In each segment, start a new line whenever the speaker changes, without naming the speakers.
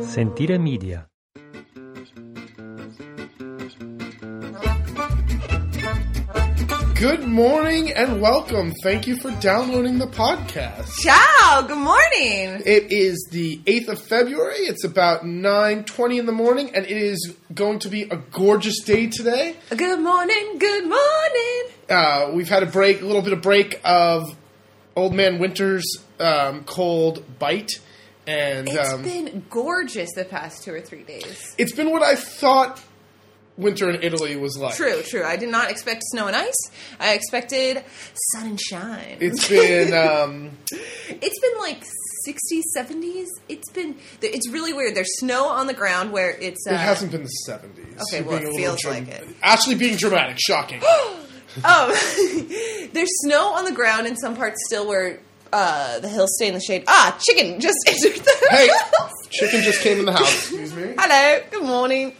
Sentire Media.
Good morning and welcome. Thank you for downloading the podcast.
Ciao. Good morning.
It is the 8th of February. It's about 9:20 in the morning and it is going to be a gorgeous day today.
Good morning. Good morning.
Uh, we've had a break, a little bit of break of Old Man Winter's um, cold bite and
It's
um,
been gorgeous the past two or three days.
it's been what I thought winter in Italy was like.
True, true. I did not expect snow and ice. I expected sun and shine.
It's been um,
it's been like 60s, 70s. It's been it's really weird. There's snow on the ground where it's uh,
it hasn't been the 70s.
okay,
You're
well,
being
it
a little
feels like it.
Actually being dramatic, shocking.
Oh, there's snow on the ground in some parts still where uh, the hills stay in the shade. Ah, chicken just entered the
hey,
house.
chicken just came in the house. Excuse me.
Hello, good morning.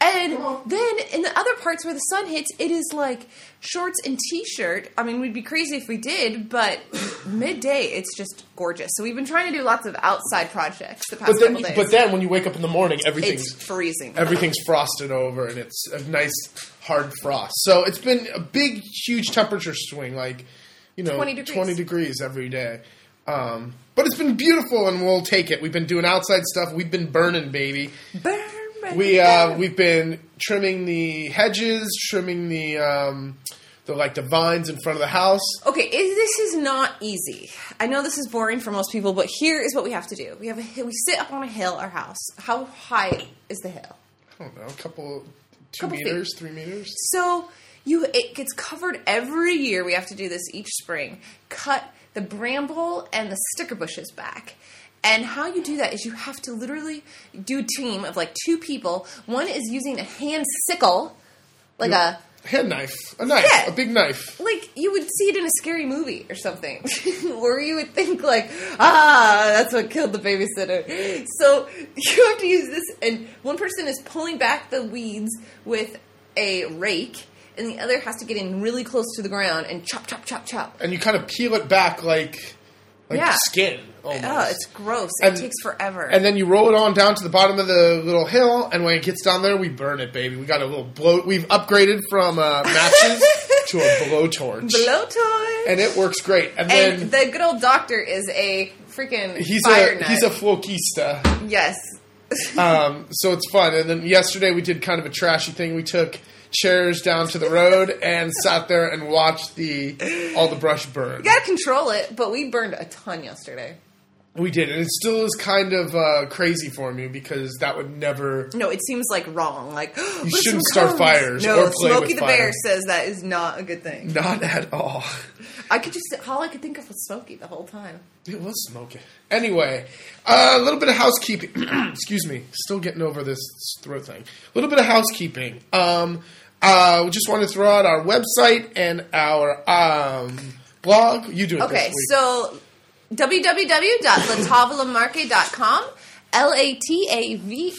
And then in the other parts where the sun hits, it is like shorts and t-shirt. I mean, we'd be crazy if we did, but midday it's just gorgeous. So we've been trying to do lots of outside projects the past
But then,
couple days.
but then when you wake up in the morning,
it's
everything's
freezing.
everything's frosted over, and it's a nice hard frost. So it's been a big, huge temperature swing, like you know,
20 degrees.
20 degrees every day. Um, but it's been beautiful, and we'll take it. We've been doing outside stuff. We've been burning, baby.
Burn, burn,
We uh,
burn.
we've been trimming the hedges, trimming the um, the like the vines in front of the house.
Okay, is, this is not easy. I know this is boring for most people, but here is what we have to do. We have a hi- we sit up on a hill, our house. How high is the hill?
I don't know, a couple, two
Couple feet.
meters, three meters.
So you it gets covered every year. We have to do this each spring. Cut the bramble and the sticker bushes back. And how you do that is you have to literally do a team of like two people. One is using a hand sickle, like a
Hand knife, a knife,
Yeah.
a big knife.
like you would see it in a scary movie or something, where you would think like, ah, that's what killed the babysitter. So you have to use this, and one person is pulling back the weeds with a rake, and the other has to get in really close to the ground and chop, chop, chop, chop.
and you kind of peel it back like like
Yeah.
skin almost.
Oh, it's gross.
And-
it takes forever.
and then you roll it on down to the bottom of the little hill, and when it gets down there, we burn it, baby. We got a little blow. We've upgraded from uh, matches to a blowtorch,
blowtorch.
and it works great. And,
And,
then
the good old doctor is a freaking
he's
fire
a
nut.
he's a flokista.
yes.
Um, so it's fun. And then yesterday we did kind of a trashy thing. We took chairs down to the road and sat there and watched the all the brush burn.
You gotta control it, but we burned a ton yesterday.
We did, and it still is kind of uh, crazy for me because that would never
No, it seems like wrong. Like you
shouldn't start fires
No,
or play
Smokey
with
the
fire.
Bear says that is not a good thing.
Not at all.
I could just all I could think of was Smokey the whole time.
It was smoking. Anyway, uh, a little bit of housekeeping. Excuse me. Still getting over this throat thing. A little bit of housekeeping. Um, uh, we just want to throw out our website and our um, blog. You do it
Okay,
this week.
so www.latavolamarque.com, L A T A V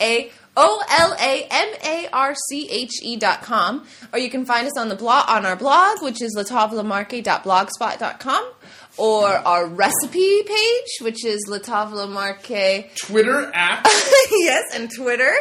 A O L A M A R C H E dot com, or you can find us on the blog on our blog, which is latavolamarque.blogspot.com, or our recipe page, which is latavolamarque.
Twitter at
yes, and Twitter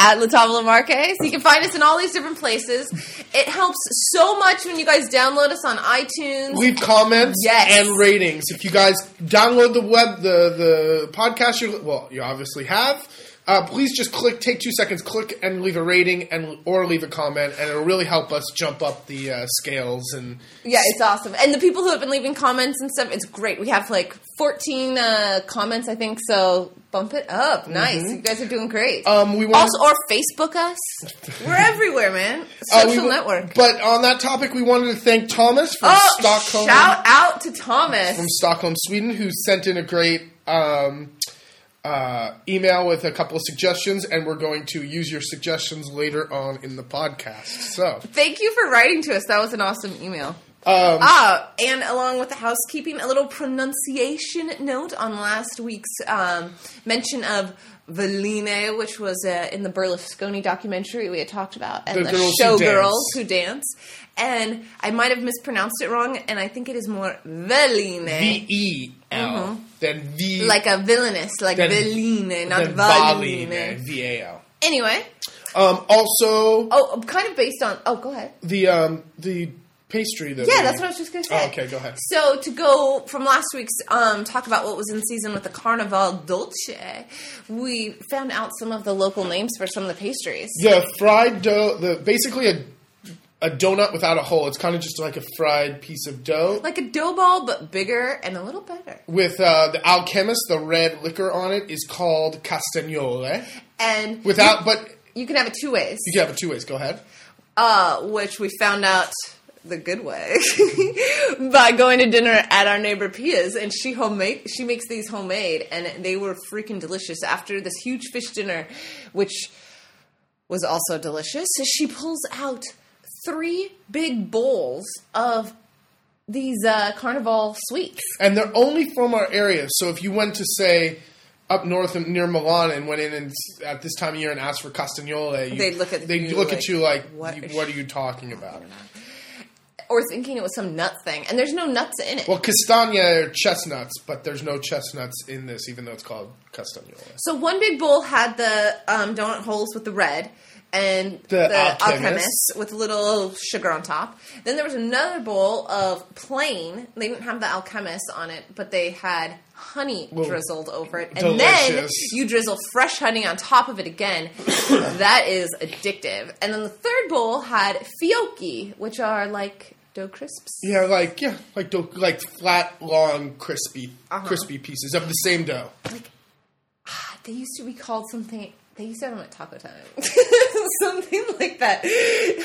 at Latava Lamarque. So you can find us in all these different places. It helps so much when you guys download us on iTunes.
leave comments
Yes.
and ratings. If you guys download the web, the the podcast, you well, you obviously have. Uh, please just click, take two seconds, click and leave a rating and or leave a comment, and it'll really help us jump up the uh, scales. And
yeah, it's awesome. And the people who have been leaving comments and stuff, it's great. We have like 14 uh, comments, I think. So bump it up. Nice. You guys are doing great.
Mm-hmm. um, we want
also, or Facebook us. We're everywhere, man.
uh,
Social
we wa-
network.
But on that topic, we wanted to thank Thomas from
Oh,
Stockholm,
shout out to Thomas.
from Stockholm, Sweden, who sent in a great um, uh, email with a couple of suggestions, and we're going to use your suggestions later on in the podcast. So.
Thank you for writing to us. That was an awesome email.
Um,
ah, and along with the housekeeping, a little pronunciation note on last week's um, mention of Valine, which was uh, in the Berlusconi documentary we had talked about, and
The
the,
girls who
showgirls
dance.
who dance. And I might have mispronounced it wrong, and I think it is more Valine.
V E L. than V
Mm-hmm. Like a villainous, like
Then-
Veline, not
than
Valine.
V A L.
Anyway,
Um, also,
oh, I'm kind of based on. Oh, go ahead.
the um, the pastry that
Yeah,
we-
that's what I was just gonna say.
Oh, okay, go ahead.
So to go from last week's um, talk about what was in season with the Carnival Dolce, we found out some of the local names for some of the pastries.
The fried dough, the basically a a donut without a hole. It's kind of just like a fried piece of dough
Like a dough ball, but bigger and a little better.
with uh, the alchemist. The red liquor on it is called castagnole.
And
Without, but
you can have it two ways.
you can have it two ways. Go ahead.
uh, which we found out the good way by going to dinner at our neighbor Pia's, and she homemade she makes these homemade, and they were freaking delicious. After this huge fish dinner, which was also delicious, she pulls out three big bowls of these uh, carnival sweets.
and they're only from our area. So if you went to say up north and near Milan and went in and s- at this time of year and asked for castagnole, you,
They'd look at
they'd
you
look
like,
at you like,
"What
you-
is
what are
she
you talking about?
Or thinking it was some nut thing, and there's no nuts in it.
Well, castagna are chestnuts, but there's no chestnuts in this, even though it's called castagnole.
So one big bowl had the um, donut holes with the red and
The
the,
Alchemist.
alchemist. with a little sugar on top. Then there was another bowl of plain. They didn't have the alchemist on it, but they had honey drizzled over it. And then
delicious.
you drizzle fresh honey on top of it again. that is addictive. And then the third bowl had fiocchi, which are like dough crisps.
Yeah, like yeah, like dough, like flat, long, crispy,
Uh-huh.
crispy pieces of the same dough.
ah, They used to be called something. They used to have them at Taco Time. something like that.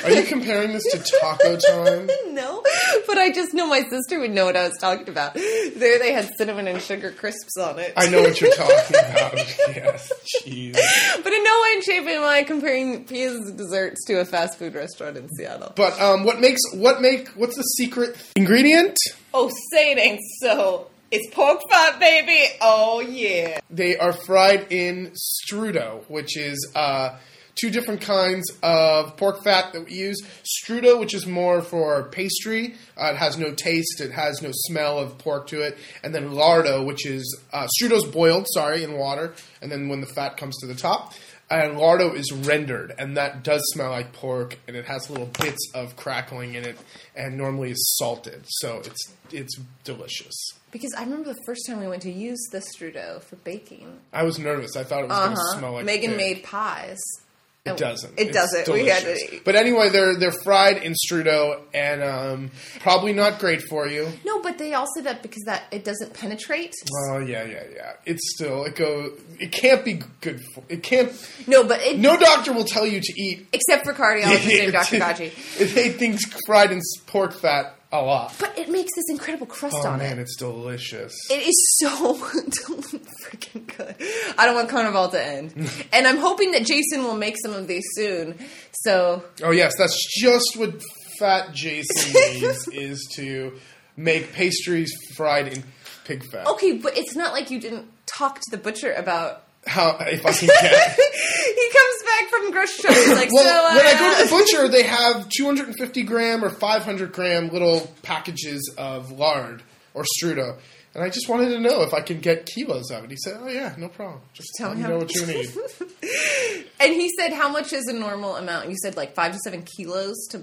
Are you comparing this to Taco Time?
no, but I just know my sister would know what I was talking about. There, they had cinnamon and sugar crisps on it.
I know what you're talking about. Yes, jeez.
but in no way, and shape, am I comparing Pia's desserts to a fast food restaurant in Seattle.
But um, what makes what make what's the secret ingredient?
oh, say it ain't so. It's pork fat, baby. Oh yeah.
They are fried in strudel, which is uh, two different kinds of pork fat that we use. Strudel, which is more for pastry, uh, it has no taste, it has no smell of pork to it. And then lardo, which is uh, strudel's boiled, sorry, in water, and then when the fat comes to the top. And lardo is rendered, and that does smell like pork, and it has little bits of crackling in it, and normally is salted, so it's it's delicious.
Because I remember the first time we went to use the strudel for baking.
I was nervous. I thought it was going to
Uh-huh.
smell like
Megan
pig.
made pies.
Oh,
Oh,
It doesn't.
It
It's
doesn't. We had to.
delicious. But anyway, they're they're fried in strudel and um, probably not great for you.
No, but they also that because that it doesn't penetrate.
Oh yeah, yeah, yeah. It's still it go. It can't be good for. It can't.
No, but it,
No doctor will tell you to eat.
except for cardiologist named Dr. Gaji.
If they things fried in s- pork fat a lot.
But it makes this incredible crust
Oh
on
man,
it.
it's delicious.
It is so freaking good. I don't want Carnival to end. and I'm hoping that Jason will make some of these soon. So
Oh yes, that's just what Fat Jason needs is to make pastries fried in pig fat.
okay, but it's not like you didn't talk to the butcher about.
How if I can get.
he comes back from grocery store. He's like,
Well,
so uh,
when I go to the butcher, they have 250 gram or 500 gram little packages of lard or strudel. And I just wanted to know if I could get kilos of it. He said, "Oh yeah, no problem. Just
Tell
let me
me how
know
much."
what you need."
and he said, how much is a normal amount? You said like five to seven kilos to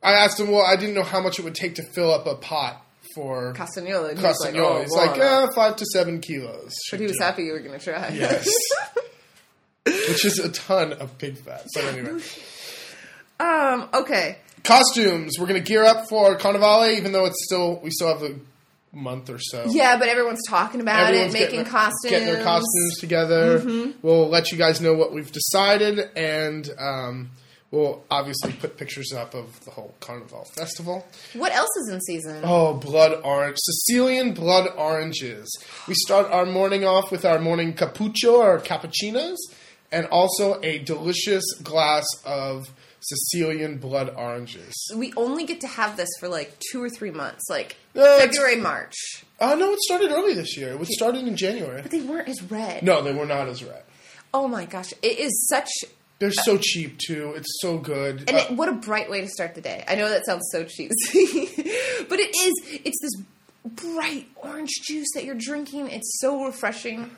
I asked him, "Well, I didn't know how much it would take to fill up a pot for
Castagnola. And he was like,
castagnola."
oh,
He's like,
wow.
"Uh, five to seven kilos."
But he was happy you were going to try.
Yes. Which is a ton of pig fat. But anyway.
Um, okay.
Costumes. We're gonna gear up for Carnivale, even though it's still we still have a month or so.
Yeah, but everyone's talking about
Everyone's
it, making
getting their,
costumes. Mm-hmm.
getting their costumes together. We'll let you guys know what we've decided, and um, we'll obviously put pictures up of the whole Carnival festival.
What else is in season?
Oh, blood orange, Sicilian blood oranges. We start our morning off with our morning cappuccio or cappuccinos, and also a delicious glass of Sicilian blood oranges.
We only get to have this for like two or three months, like
No, it's-
February, March.
Oh no, it started early this year. It was started in January.
But they weren't as red.
No, they were not as red.
Oh my gosh, it is such.
They're so cheap too. It's so good.
And
Uh,
it, what a bright way to start the day. I know that sounds so cheesy, but it is. It's this bright orange juice that you're drinking. It's so refreshing.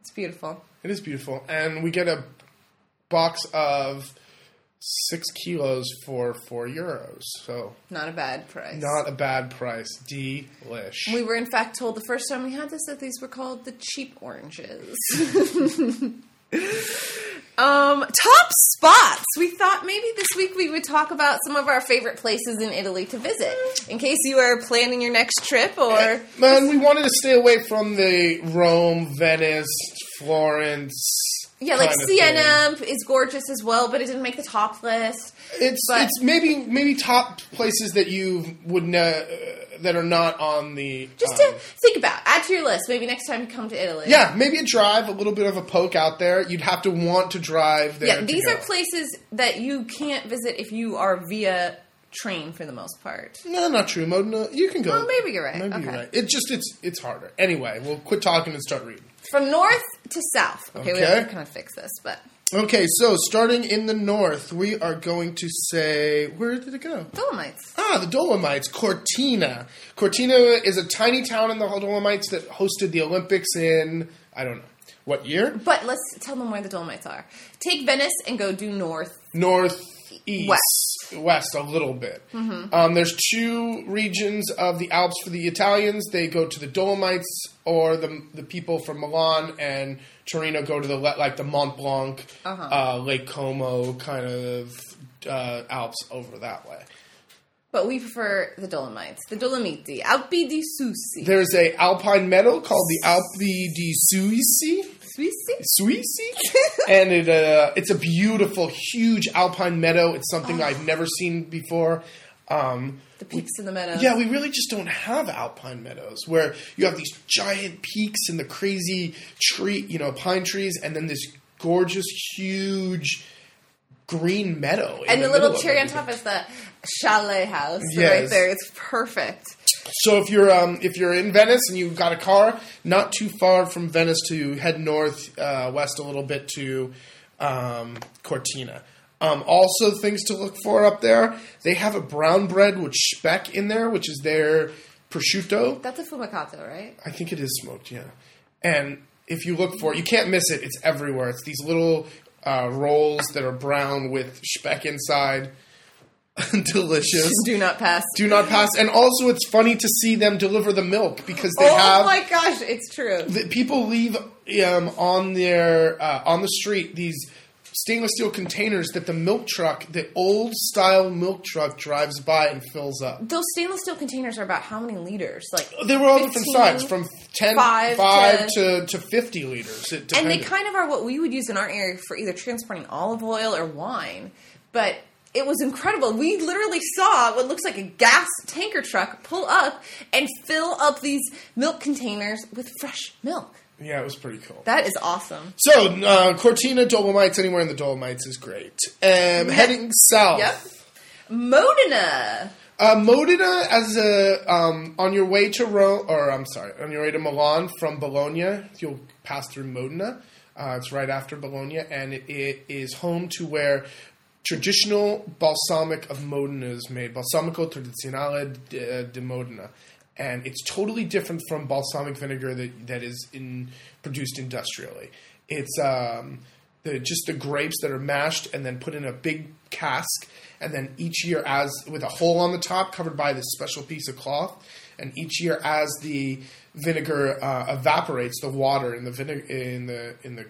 It's beautiful.
It is beautiful, and we get a box of six kilos for four euros. So
Not a bad price.
not a bad price. Delish.
we were in fact told the first time we had this that these were called the cheap oranges. um, top spots. We thought maybe this week we would talk about some of our favorite places in Italy to visit, in case you are planning your next trip or
Man, we wanted to stay away from the Rome, Venice, Florence.
yeah, like
kind of
Siena is gorgeous as well, but it didn't make the top list.
thing. It's
but-
it's maybe maybe top places that you would ne- that are not on the
Just
um,
to think about, add to your list. Maybe next time you come to Italy.
yeah maybe a drive, a little bit of a poke out there. You'd have to want to drive there.
Yeah,
to
these
go.
are places that you can't visit if you are via train for the most part.
No, not true. Modena, you can go.
Oh, maybe you're right.
Maybe you're
Okay.
right. It just it's it's harder. Anyway, we'll quit talking and start reading.
From north to south. Okay, we have to
Okay.
kind of fix this, but
Okay, so starting in the north, we are going to say where did it go?
Dolomites.
Ah, the Dolomites, Cortina. Cortina is a tiny town in the Dolomites that hosted the Olympics in I don't know what year.
But let's tell them where the Dolomites are. Take Venice and go due north.
North. East,
West.
west a little bit. Um, there's two regions of the Alps for the Italians. They go to the Dolomites, or the the people from Milan and Torino go to the le- like the Mont Blanc, uh Lake Como kind of uh, Alps over that way.
But we prefer the Dolomites. The Dolomiti. Alpi di Susi.
There's a alpine medal called the Alpe di Suisi.
Suisi?
Suisi, and it uh, it's a beautiful, huge alpine meadow. It's something I've never seen before. Um,
The peaks in the meadows.
yeah, we really just don't have alpine meadows where you have these giant peaks and the crazy tree, you know, pine trees, and then this gorgeous, huge green meadow. in
and the little
middle of
cherry on
everything.
top is the chalet house right
Yes.
there. It's perfect.
So if you're um, if you're in Venice and you've got a car, not too far from Venice to head north uh, west a little bit to um, Cortina. Um, also, things to look for up there. They have a brown bread with speck in there, which is their prosciutto.
That's a fumicato, right?
I think it is smoked, yeah. And if you look for it, you can't miss it. It's everywhere. It's these little uh, rolls that are brown with speck inside. Delicious.
Do not pass.
Do not pass. And also, it's funny to see them deliver the milk because they
oh
have
my gosh, it's true.
the people leave um, on their uh, on the street these stainless steel containers that the milk truck, the old style milk truck, drives by and fills up.
Those stainless steel containers are about how many liters? Like,
Uh, They were all different
15,
sizes, from 10,
five
5,
to-
to, to, 50 liters. It
and they
depended.
kind of are what we would use in our area for either transporting olive oil or wine. But it was incredible. We literally saw what looks like a gas tanker truck pull up and fill up these milk containers with fresh milk.
Yeah, it was pretty cool.
That is awesome.
so, uh, Cortina, Dolomites, anywhere in the Dolomites is great. Um, heading south.
Yep. Modena.
Uh, Modena, as a um, on your way to Rome, or I'm sorry, on your way to Milan from Bologna, you'll pass through Modena. Uh, it's right after Bologna, and it, it is home to where traditional balsamic of Modena is made, balsamico tradizionale de, de Modena, and it's totally different from balsamic vinegar that that is in produced industrially. It's um, the just the grapes that are mashed and then put in a big cask and then each year as with a hole on the top covered by this special piece of cloth and each year as the vinegar uh, evaporates the water in the vinegar in the in the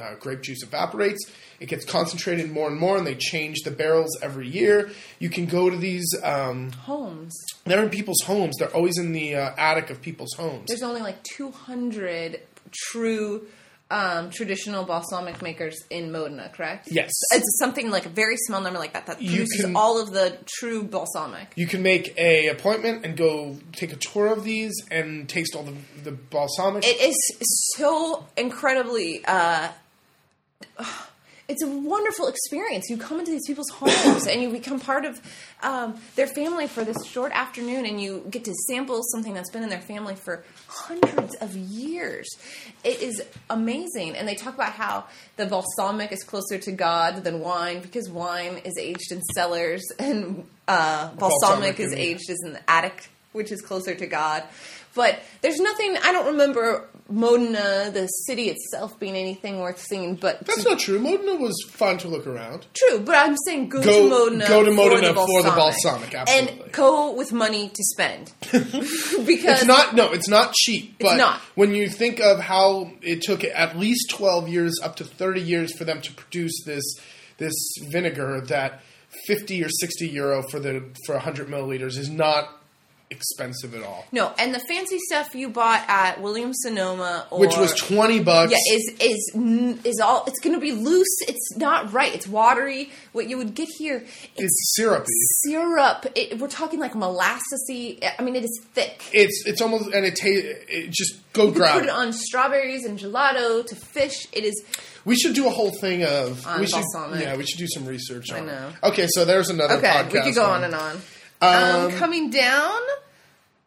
uh, grape juice evaporates it gets concentrated more and more and they change the barrels every year you can go to these um,
Homes.
they're in people's homes they're always in the uh, attic of people's homes
There's only like 200 true um, traditional balsamic makers in Modena, correct?
Yes.
It's something like a very small number like that that
You
produces
can-
all of the true balsamic.
You can make a appointment and go take a tour of these and taste all the, the balsamic.
It is so incredibly. Uh, it's a wonderful experience. You come into these people's homes and you become part of um, their family for this short afternoon, and you get to sample something that's been in their family for hundreds of years. It is amazing. And they talk about how the balsamic is closer to God than wine because wine is aged in cellars and uh, balsamic,
Balsamic
is
in the-
aged is in the attic which is closer to God. But there's nothing, I don't remember Modena, the city itself, being anything worth seeing, but
That's not true. Modena was fun to look around.
True, but I'm saying go,
Go-
to Modena.
go to Modena for the balsamic, absolutely.
And go with money to spend. because
It's not no, it's not cheap, but
not.
when you think of how it took at least 12 years up to 30 years for them to produce this this vinegar that 50 or 60 euro for the for 100 milliliters is not expensive at all.
no, and the fancy stuff you bought at Williams Sonoma or
Which was 20 bucks.
yeah, is is n- is all it's going to be loose. It's not right. It's watery. What you would get here, it's
it's syrupy.
syrup. It, we're talking like molassesy. I mean, it is thick.
It's it's almost and it, ta- it just go grab.
Put it on strawberries and gelato to fish. It is
We should do a whole thing of
On
we should,
balsamic.
Yeah, we should do some research on.
know.
It. Okay, so there's another.
okay.
podcast
We could go on and on. Um,
Um,
coming down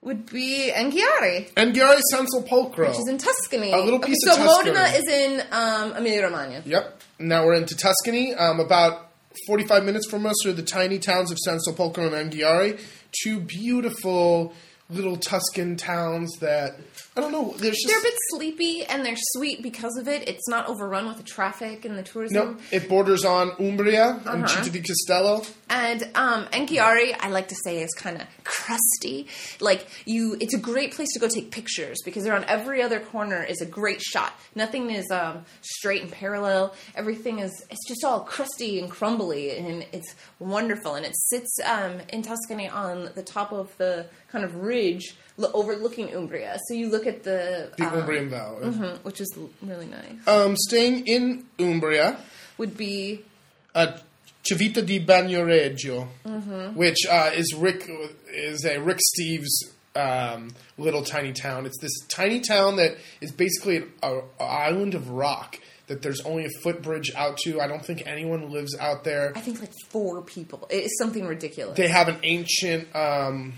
would be Anghiari.
And Gary San Sepolcro.
which is in Tuscany.
A little piece
okay,
of
so
Tuscany.
Modena is in um, Emilia Romagna.
Yep. Now we're into Tuscany. Um, about 45 minutes from us are the tiny towns of San Sepolcro and Anghiari, two beautiful little Tuscan towns that I don't know. There's just
They're a bit sleepy and they're sweet because of it. It's not overrun with the traffic and the tourism.
no. It borders on Umbria and
Uh-huh.
Città di Castello.
And um, Enchiari, I like to say, is kind of crusty. Like you, it's a great place to go take pictures because they're on every other corner is a great shot. Nothing is um, straight and parallel. Everything is it's just all crusty and crumbly, and it's wonderful. And it sits um, in Tuscany on the top of the kind of ridge lo- overlooking Umbria. So you look at the,
The
um,
Umbrian Valley.
mhm, which is l- really nice.
Um, staying in Umbria,
Would be
uh, Civita di Bagnoregio,
Mm-hmm.
which uh, is Rick is a Rick Steves um, little tiny town. It's this tiny town that is basically an a, a island of rock that there's only a footbridge out to. I don't think anyone lives out there.
I think like four people. It is something ridiculous.
They have an ancient um,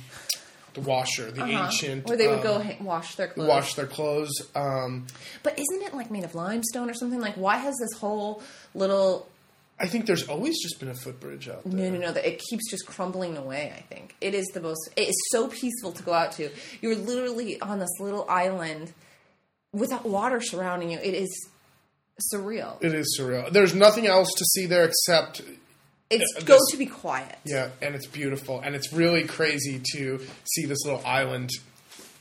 the washer, the ancient
Uh-huh. Where they would
um,
go ha- wash their clothes.
wash their clothes. Um,
But isn't it like made of limestone or something? Like, why has this whole little.
I think there's always just been a footbridge out there.
No, no, no. that It keeps just crumbling away, I think. It is the most. It is so peaceful to go out to. You're literally on this little island without water surrounding you. It is surreal.
It is surreal. There's nothing else to see there except
It's
uh,
go
this-
to be quiet.
Yeah, and it's beautiful, and it's really crazy to see this little island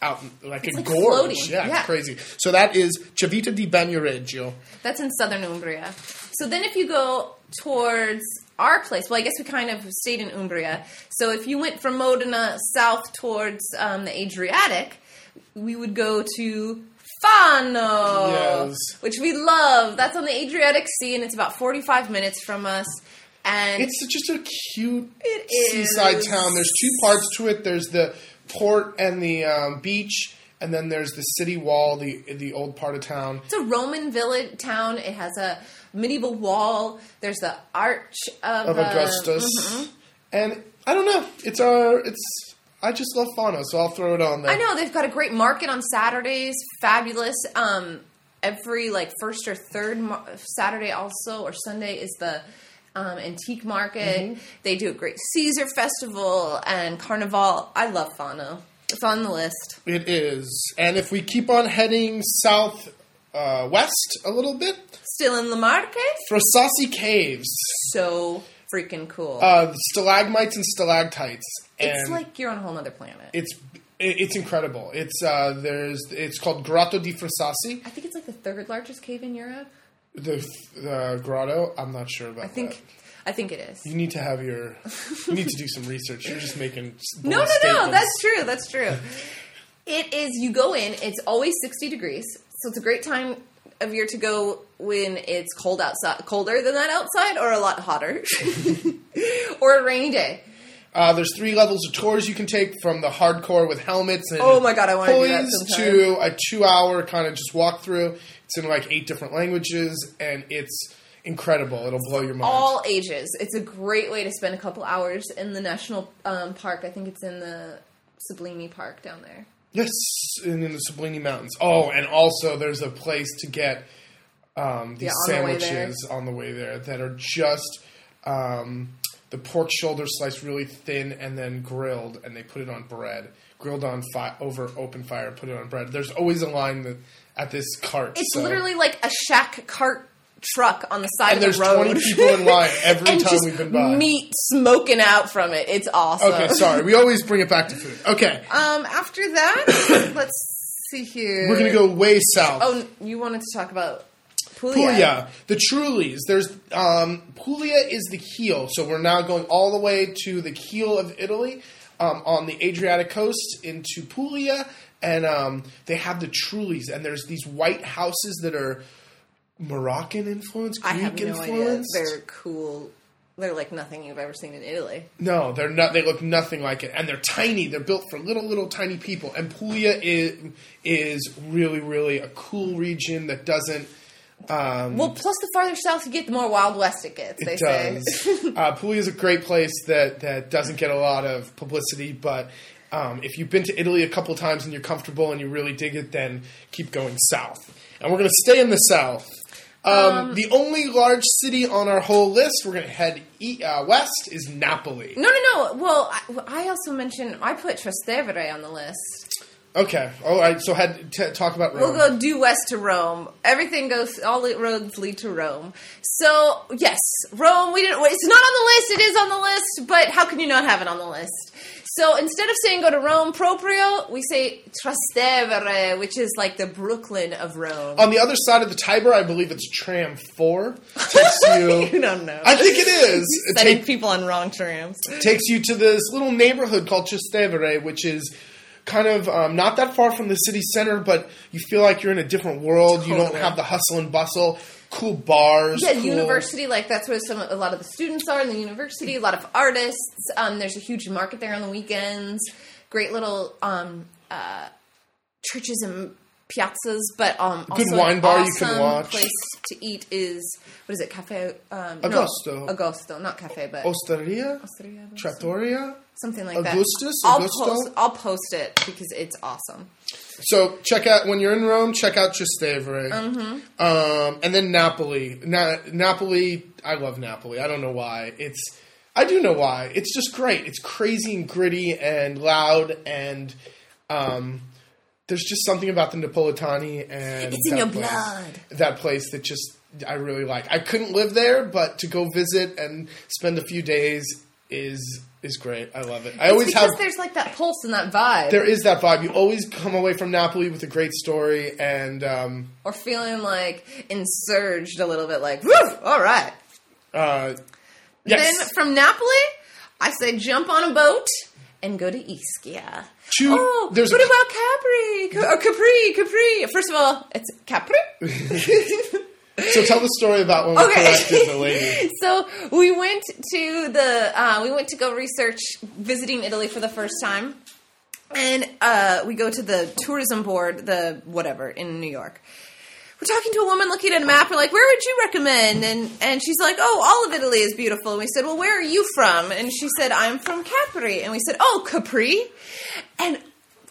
out in- like a
like
gorge.
floating,
Yeah,
yeah.
it's crazy. So that is Civita di Bagnoregio.
That's in southern Umbria. So then if you go towards our place, well, I guess we kind of stayed in Umbria. So if you went from Modena south towards um, the Adriatic, we would go to Fano,
Yes.
which we love. That's on the Adriatic Sea, and it's about 45 minutes from us. And
It's just a cute
It
seaside
is.
town. There's two parts to it. There's the port and the um, beach, and then there's the city wall, the the old part of town.
It's a Roman village town. It has a medieval wall. There's the Arch of,
of
um,
Augustus. And I don't know. It's our. It's. I just love Fano, so I'll throw it on there.
I know they've got a great market on Saturdays. Fabulous. Um, every like first or third mar- Saturday also or Sunday is the um, antique market.
Mm-hmm.
They do a great Caesar festival and carnival. I love Fano. It's on the list.
It is. And if we keep on heading south uh, west a little bit,
Still in La Marque.
Frasasi Caves,
So freaking cool.
uh, stalagmites and stalactites. And
it's like you're on a whole other planet.
it's it- it's incredible. It's uh, there's it's called Grotto di Frasasi,
I think it's like the third largest cave in Europe.
the the grotto. I'm not sure about
I think.
that.
I think it is.
You need to have your you need to do some research. You're just making s- bold
No, no, no.
statements.
That's true. That's true. it is. You go in. It's always sixty degrees, so it's a great time of year to go when it's cold outside, colder than that outside, or a lot hotter, or a rainy day.
Uh, there's three levels of tours you can take from the hardcore with helmets and
Oh my God, I wanna do that
pulleys
sometime.
to a two-hour kind of just walkthrough. It's in like eight different languages, and it's incredible. It'll blow your mind.
All ages. It's a great way to spend a couple hours in the national um, park. I think it's in the Sublini Park down there.
yes, and in the Sublini Mountains. Oh, and also there's a place to get um, these
Yeah, on the way
sandwiches on the way there that are just um, the pork shoulder sliced really thin and then grilled, and they put it on bread. grilled on fi- over open fire, put it on bread. There's always a line that at this cart.
It's
so-
literally like a shack cart truck on the side
and
of
there's
the road.
20 people in line every
and
time
just
we've been by.
meat smoking out from it. It's awesome.
Okay, sorry. We always bring it back to food. Okay,
Um, after that, let's see here.
we're gonna go way south.
Oh, n- you wanted to talk about Puglia.
Puglia, the Trulies. There's um, Puglia is the heel, so we're now going all the way to the heel of Italy, um, on the Adriatic coast into Puglia, and um, they have the Trulies, and there's these white houses that are Moroccan influenced,
I
Greek
have no idea.
influenced.
They're cool. They're like nothing you've ever seen in Italy.
No, they're not. They look nothing like it, and they're tiny. They're built for little, little, tiny people. And Puglia is is really, really a cool region that doesn't.
Well, plus the farther south you get, the more Wild West it gets. They
It
say.
does. uh, Puglia is a great place that, that doesn't get a lot of publicity, but um, if you've been to Italy a couple times and you're comfortable and you really dig it, then keep going south. And we're going to stay in the south. Um, the only large city on our whole list, we're going to head e- uh, west, is Napoli.
No, no, no. Well, I, I also mentioned I put Trastevere on the list.
Okay, all right, so head t- talk about Rome.
We'll go due west to Rome. Everything goes. All the roads lead to Rome. So yes, Rome. We didn't. It's not on the list. It is on the list. But how can you not have it on the list? So instead of saying go to Rome proprio, we say Trastevere, which is like the Brooklyn of Rome.
on the other side of the Tiber, I believe it's tram four. Takes you.
you don't know.
Oh, I think it is. It
Setting
take-
people on wrong trams.
takes you to this little neighborhood called Trastevere, which is kind of um, not that far from the city center, but you feel like you're in a different world. You don't
Totally.
have the hustle and bustle, cool bars,
Yeah,
cool-
university, like that's where some a lot of the students are in the university. A lot of artists. Um, there's a huge market there on the weekends. Great little um, uh, churches and piazzas, but um, also
good
an
wine bar you can
awesome
watch.
Place to eat is what is it? Cafe um,
Agosto. Oh,
No, Agosto, not cafe, but
Osteria,
Osteria, Agosto?
trattoria.
something like
Augustus?
that. I'll
Augusto?
post. I'll post it because it's awesome.
So check out when you're in Rome. Check out Trastevere, mm-hmm. um, and then Napoli. Na- Napoli, I love Napoli. I don't know why. It's I do know why. It's just great. It's crazy and gritty and loud and um, there's just something about the Napolitani and
It's
that
in your
place-
blood.
That place that just I really like. I couldn't live there, but to go visit and spend a few days is is great. I love it. I always
because
have
there's like that pulse and that vibe,
there is that vibe. You always come away from Napoli with a great story, and um,
or feeling like insurged a little bit, like woof, all right.
uh, yes,
Then from Napoli, I say jump on a boat and go to Ischia.
Two-
oh,
there's
what
a-
about Capri? Ca- or Capri, Capri. First of all, it's Capri.
so tell the story about when we corrected the lady.
Okay. so we went to the uh, we went to go research visiting Italy for the first time, and uh, we go to the tourism board, the whatever in New York. We're talking to a woman looking at a map. We're like, "Where would you recommend?" And and she's like, "Oh, all of Italy is beautiful." And we said, "Well, where are you from?" And she said, "I'm from Capri." And we said, "Oh, Capri," and.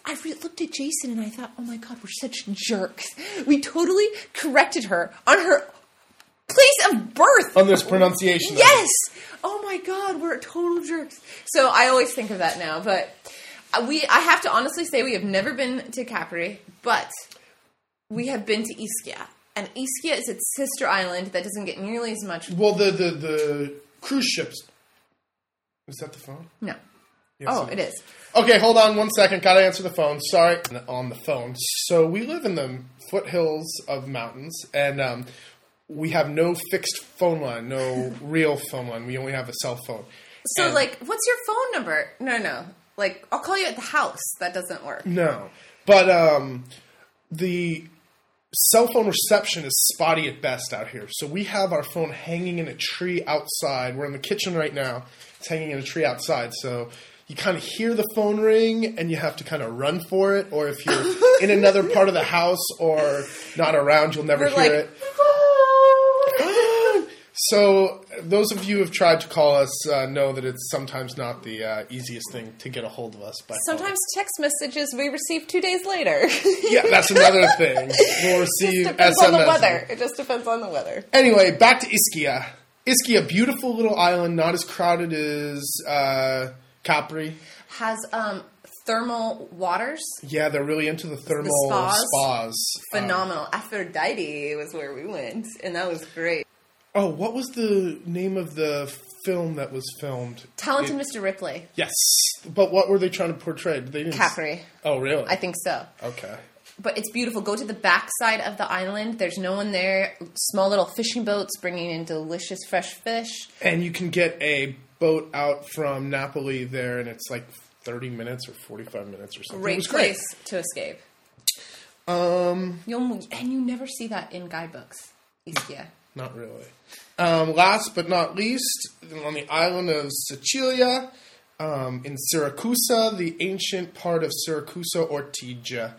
I re- looked at Jason and I thought, oh my God, we're such jerks. We totally corrected her on her place of birth.
on this pronunciation. of it.
Yes. Oh my God, we're total jerks. So I always think of that now, but uh, we I have to honestly say we have never been to Capri, but we have been to Ischia. And Ischia is its sister island that doesn't get nearly as much
Well, the the the cruise ships. Is that the phone?
no.
Yes,
oh, it is.
Okay, hold on one second. Gotta answer the phone. Sorry, on the phone. So we live in the foothills of mountains, and um, we have no fixed phone line, no real phone line. We only have a cell phone.
So
And-
like, what's your phone number? No, no. Like, I'll call you at the house. That doesn't work.
No, but um, the cell phone reception is spotty at best out here. So we have our phone hanging in a tree outside. We're in the kitchen right now. It's hanging in a tree outside. So you kind of hear the phone ring and you have to kind of run for it. Or if you're in another part of the house or not around, you'll never
We're
hear
like
it. So, those of you who have tried to call us uh, know that it's sometimes not the uh, easiest thing to get a hold of us. By phone.
Sometimes text messages we receive two days later.
Yeah, that's another thing. We'll receive
depends
SMS.
on the weather. It just depends on the weather.
Anyway, back to Ischia. Ischia, beautiful little island, not as crowded as uh, Capri.
Has um thermal waters.
Yeah, they're really into the thermal
spas?
spas. Um,
Phenomenal. Aphrodite was where we went, and that was great.
oh, what was the name of the film that was filmed?
Talented Mr. Ripley,
Yes, but what were they trying to portray? They didn't.
Capri.
Oh, really?
I think so.
okay.
But it's beautiful. Go to the backside of the island. There's no one there. Small little fishing boats bringing in delicious fresh fish.
And you can get a boat out from Napoli there, and it's like thirty minutes or forty-five minutes or something. it
Great
was great.
place to escape. Um, You'll, and you never see that in guidebooks. Ischia.
Not really. Um, last but not least, on the island of Sicilia, um, in Syracusa, the ancient part of Syracusa or Tija,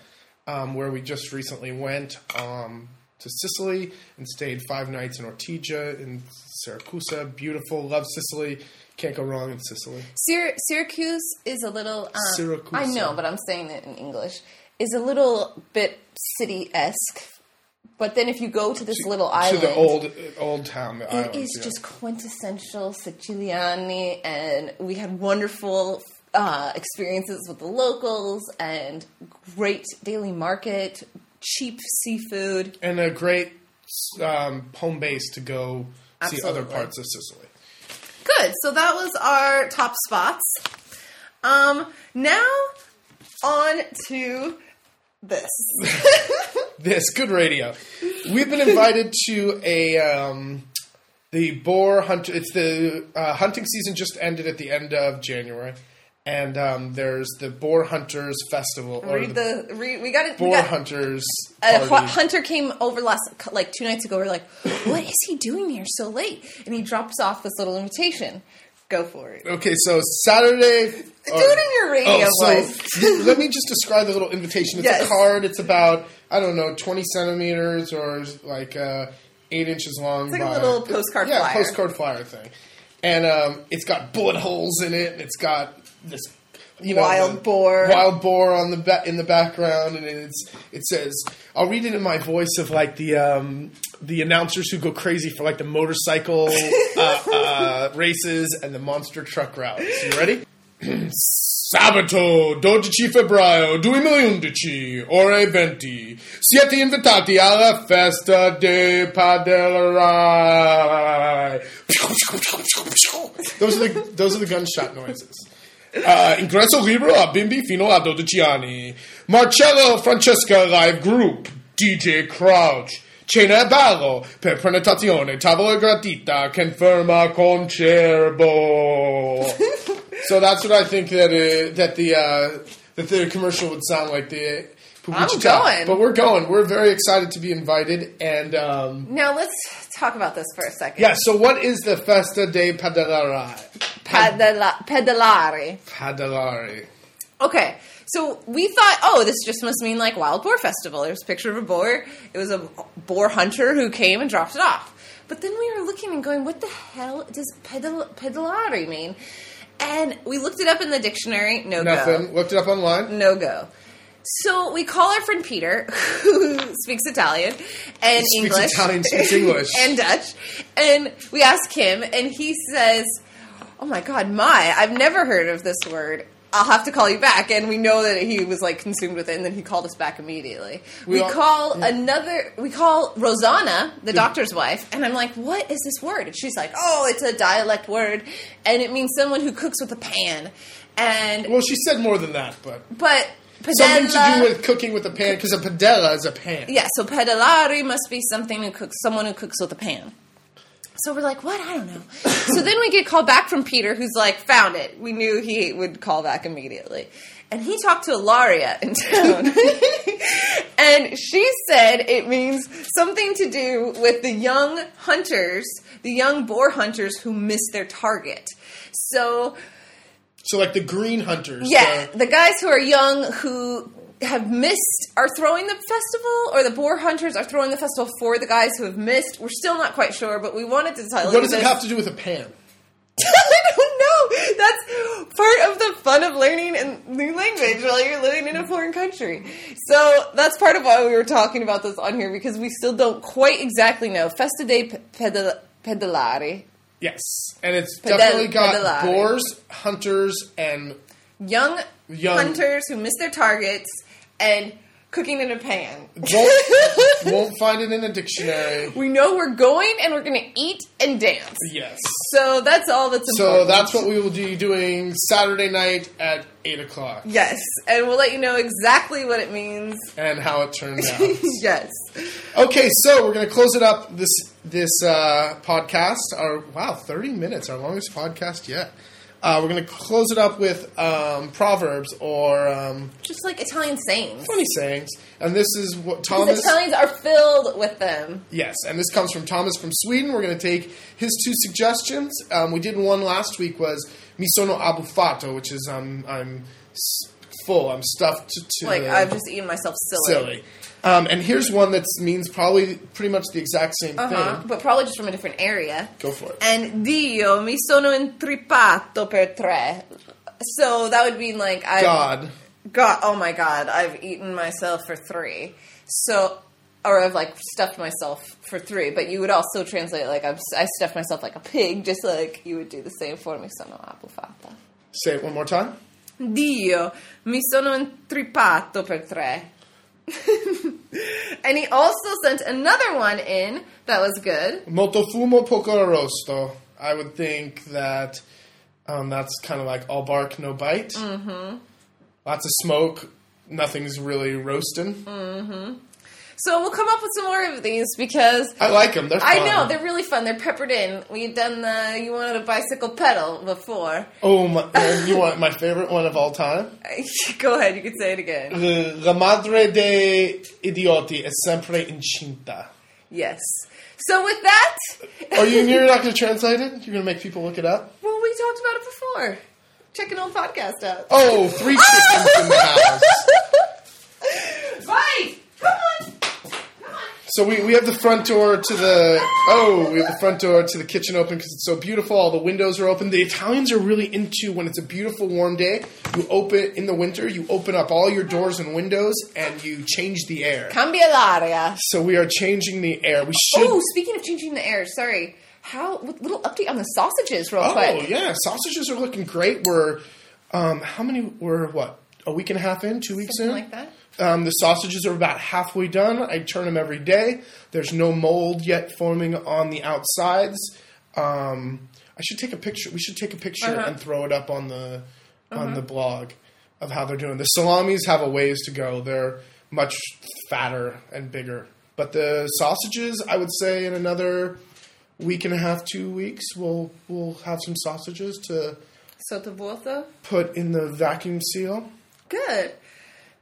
um, where we just recently went um, to Sicily and stayed five nights in Ortigia in Syracusa. Beautiful, love Sicily. Can't go wrong in Sicily.
Syr- Syracuse is a little. Um,
Syracuse.
I know, but I'm saying it in English. Is a little bit city esque, but then if you go to this little island,
To the old old town, the
it
island.
is
yeah.
just quintessential Siciliani, and we had wonderful uh, experiences with the locals and great daily market, cheap seafood.
and a great um, home base to go see other
Absolutely.
parts of Sicily.
Good. So that was our top spots. Um, now on to this.
this good radio. We've been invited to a um, the boar hunt. It's the uh, hunting season just ended at the end of January, and um, there's the boar hunters festival or
Read the, Uh, read, we got it. We
boar
got,
hunters
a hu-
party.
hunter came over last like two nights ago. We're like, what is he doing here so late? And he drops off this little invitation. Go for it.
Okay, so Saturday.
Do it in your radio voice.
Uh, oh, so let me just describe the little invitation. It's a
Yes.
card. It's about I don't know twenty centimeters or like uh, eight inches long.
It's like a
by-
little postcard
yeah,
flyer.
postcard flyer thing, and um, it's got bullet holes in it, and it's got this you know
Wild
the
boar.
wild boar on the ba- in the background, and it's it says I'll read it in my voice of like the um, the announcers who go crazy for like the motorcycle uh, uh, races and the monster truck routes. You ready? Sabato 12 febbraio 2011 ore 20 siete invitati alla festa dei Padelrai. Those are the those are the gunshot noises. Uh, ingresso libero a bimbi fino a 12 anni. Marcello Francesca Live Group DJ Crouch. Cena e ballo per prenotazione, tavola gratuita, conferma concerbo. So that's what I think that uh, that the uh, that the commercial would sound like. The Pupuchita.
going.
but we're going. We're very excited to be invited. And um,
Now let's talk about this for a second.
yeah, so what is the Festa dei Padalari?
Pedala- pedalare.
Padalari.
Okay, so we thought, oh, this just must mean like Wild Boar Festival. There's a picture of a boar. It was a boar hunter who came and dropped it off. But then we were looking and going, what the hell does pedal- pedalare mean? And we looked it up in the dictionary. No go.
Nothing. Looked it up online.
No go. So we call our friend Peter, who speaks Italian and
He speaks
English.
Italian, speaks English.
and Dutch. And we ask him, and he says, Oh my God, my, I've never heard of this word. I'll have to call you back. And we know that he was like consumed with it, and then he called us back immediately. We,
all-
call another, we call Rosanna, the doctor's wife, and I'm like, What is this word? And she's like, Oh, it's a dialect word, and it means someone who cooks with a pan. And,
Well, she said more than that, but
but.
something to
padella-
do with cooking with a pan because a padella is a pan.
yeah, so pedalari must be something who cooks, someone who cooks with a pan. So we're like, what? I don't know. so then we get called back from Peter, who's like, found it. We knew he would call back immediately. And he talked to Ilaria in town. and she said it means something to do with the young hunters, the young boar hunters who miss their target. So
So like the green hunters.
yeah,
the-
the guys who are young who have missed are throwing the festival, or the boar hunters are throwing the festival for the guys who have missed. We're still not quite sure, but we wanted to tell you.
what does it
this.
have to do with a pan?
I don't know. That's part of the fun of learning a new language while you're living in a foreign country. So that's part of why we were talking about this on here because we still don't quite exactly know. Festa dei Pe- Pedal- Pedalari.
Yes, and it's
Padel-
definitely got
padellari.
boars, hunters, and
young,
Young.
hunters who miss their targets and cooking in a pan.
Won't, won't find it in a dictionary.
We know we're going and we're going to eat and dance.
Yes.
So that's all that's
So
important.
that's what we will be doing Saturday night at 8 o'clock
Yes, and we'll let you know exactly what it means.
and how it turned out.
yes.
Okay, so we're gonna close it up this this uh, podcast. Our wow, thirty minutes, our longest podcast yet. Uh, we're gonna close it up with um, proverbs or um,
Just like Italian sayings.
funny sayings, and this is what
Because
Thomas.
Italians are filled with them.
Yes, and this comes from Thomas from Sweden. We're going to take his two suggestions. Um, we did one last week was mi sono abufato, which is um, I'm s- full, I'm stuffed to
Like,
the-
I've just eaten myself silly.
silly. Um, and here's one that means probably pretty much the exact same
Uh-huh.
thing.
But probably just from a different area.
Go for it.
And Dio mi sono intrippato per tre. So that would mean like I
God.
God, oh my God, I've eaten myself for three. So, or I've like stuffed myself for three. But you would also translate like I've, I stuffed myself like a pig, just like you would do the same for me. Sono abbuffata.
Say it one more time.
Dio, mi sono intrippato per tre. and he also sent another one in that was good.
Molto fumo, poco arrosto. I would think that um, that's kind of like all bark, no bite. Mm-hmm. Lots of smoke. Nothing's really roasting.
So we'll come up with some more of these because
I like them. They're fun.
I know they're really fun. They're peppered in. We've done the you wanted a bicycle pedal before.
oh, my, and you want my favorite one of all time?
Go ahead, you can say it again.
The- La madre de idioti è sempre incinta.
Yes. So with that,
Are Oh, you you're not going to translate it? You're going to make people look it up?
well, we talked about it before. Check an old podcast out.
Oh, three chickens in the house.
Bye. Come on. Come on.
So we, we have the front door to the oh we have the front door to the kitchen open because it's so beautiful. All the windows are open. The Italians are really into when it's a beautiful warm day. You open in the winter. You open up all your doors and windows and you change the air.
Cambia l'aria.
So we are changing the air. We should.
Oh, speaking of changing the air, sorry. How what- little update on the sausages, real
Oh,
quick.
yeah, sausages are looking great. We're um, how many? We're what a week and a half in, two weeks
Something
in,
like that.
Um, the sausages are about halfway done. I turn them every day. There's no mold yet forming on the outsides. Um, I should take a picture. We should take a picture
Uh-huh.
and throw it up on the on the blog of how they're doing. The salamis have a ways to go. They're much fatter and bigger. But the sausages, I would say, in another week and a half, two weeks, we'll we'll have some sausages to
Sottovuoto.
put in the vacuum seal.
Good.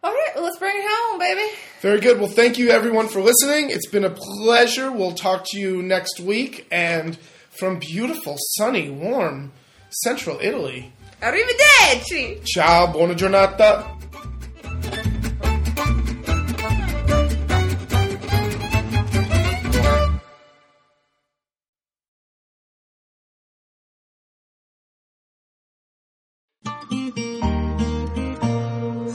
All right, well, let's bring it home, baby.
Very good. Well, thank you everyone for listening. It's been a pleasure. We'll talk to you next week and from beautiful, sunny, warm central Italy.
Arrivederci.
Ciao, buona giornata.